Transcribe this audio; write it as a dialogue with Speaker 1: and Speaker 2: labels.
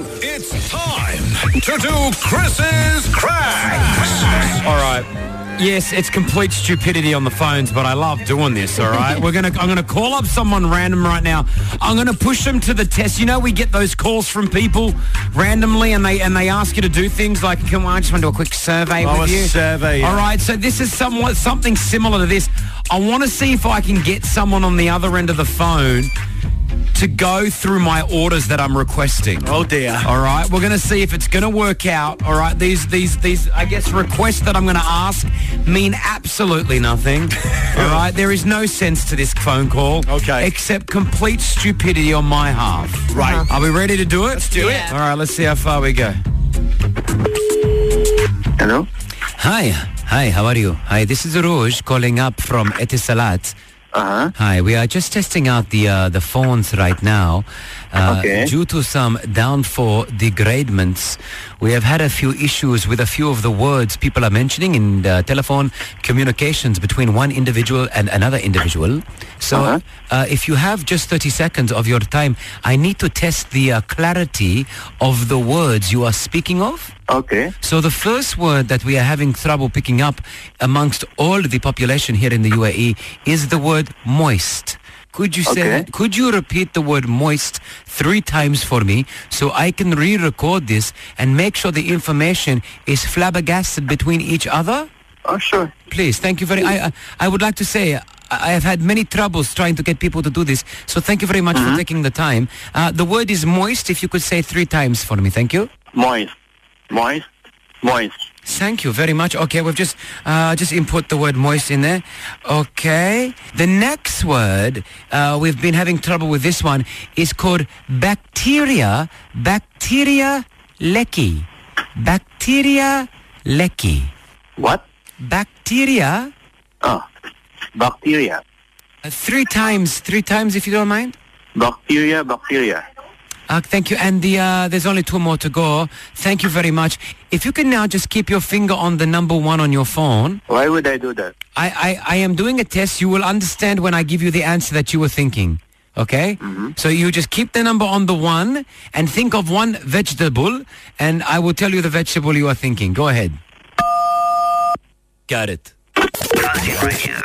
Speaker 1: It's time to do Chris's Cracks.
Speaker 2: All right. Yes, it's complete stupidity on the phones, but I love doing this. All right, we're gonna I'm gonna call up someone random right now. I'm gonna push them to the test. You know, we get those calls from people randomly, and they and they ask you to do things like, "Come on, I just want to do a quick survey
Speaker 3: Oh,
Speaker 2: with
Speaker 3: a
Speaker 2: you."
Speaker 3: survey, yeah.
Speaker 2: All right, so this is somewhat something similar to this. I want to see if I can get someone on the other end of the phone to go through my orders that I'm requesting.
Speaker 3: Oh dear.
Speaker 2: All right, we're going to see if it's going to work out. All right, these these these I guess requests that I'm going to ask mean absolutely nothing. All right, there is no sense to this phone call.
Speaker 3: Okay.
Speaker 2: except complete stupidity on my half.
Speaker 3: Right. Uh-huh.
Speaker 2: Are we ready to do it? Let's
Speaker 4: do Yeah. it.
Speaker 2: All right, let's see how far we go.
Speaker 5: Hello?
Speaker 2: Hi, hi. How are you? Hi, this is Rouge calling up from Etisalat.
Speaker 5: Uh-huh.
Speaker 2: Hi, we are just testing out the uh, the phones right now. Uh,
Speaker 5: Okay.
Speaker 2: Due to some downfall degradements, we have had a few issues with a few of the words people are mentioning in uh, telephone communications between one individual and another individual. So, uh if you have just 30 seconds of your time, I need to test the uh, clarity of the words you are speaking of.
Speaker 5: Okay.
Speaker 2: So the first word that we are having trouble picking up amongst all the population here in the UAE is the word moist. Could you say
Speaker 5: Okay.
Speaker 2: could you repeat the word moist three times for me so I can re-record this and make sure the information is flabbergasted between each other?
Speaker 5: Oh, sure.
Speaker 2: Please, thank you very I I, I would like to say I I have had many troubles trying to get people to do this, so thank you very much for taking the time. Uh, the word is moist. If you could say three times for me, thank you.
Speaker 5: Moist. Moist. Moist.
Speaker 2: Thank you very much. Okay, we've just uh, just input the word moist in there. Okay, the next word uh, we've been having trouble with this one is called bacteria. Bacteria lecky. Bacteria lecky.
Speaker 5: What?
Speaker 2: Bacteria.
Speaker 5: Oh. Bacteria.
Speaker 2: Uh, three times. Three times, if you don't mind.
Speaker 5: Bacteria, bacteria.
Speaker 2: Uh, thank you. And the, uh, there's only two more to go. Thank you very much. If you can now just keep your finger on the number one on your phone.
Speaker 5: Why would I do that?
Speaker 2: I, I, I am doing a test. You will understand when I give you the answer that you were thinking. Okay? So you just keep the number on the one and think of one vegetable, and I will tell you the vegetable you are thinking. Go ahead. Got it.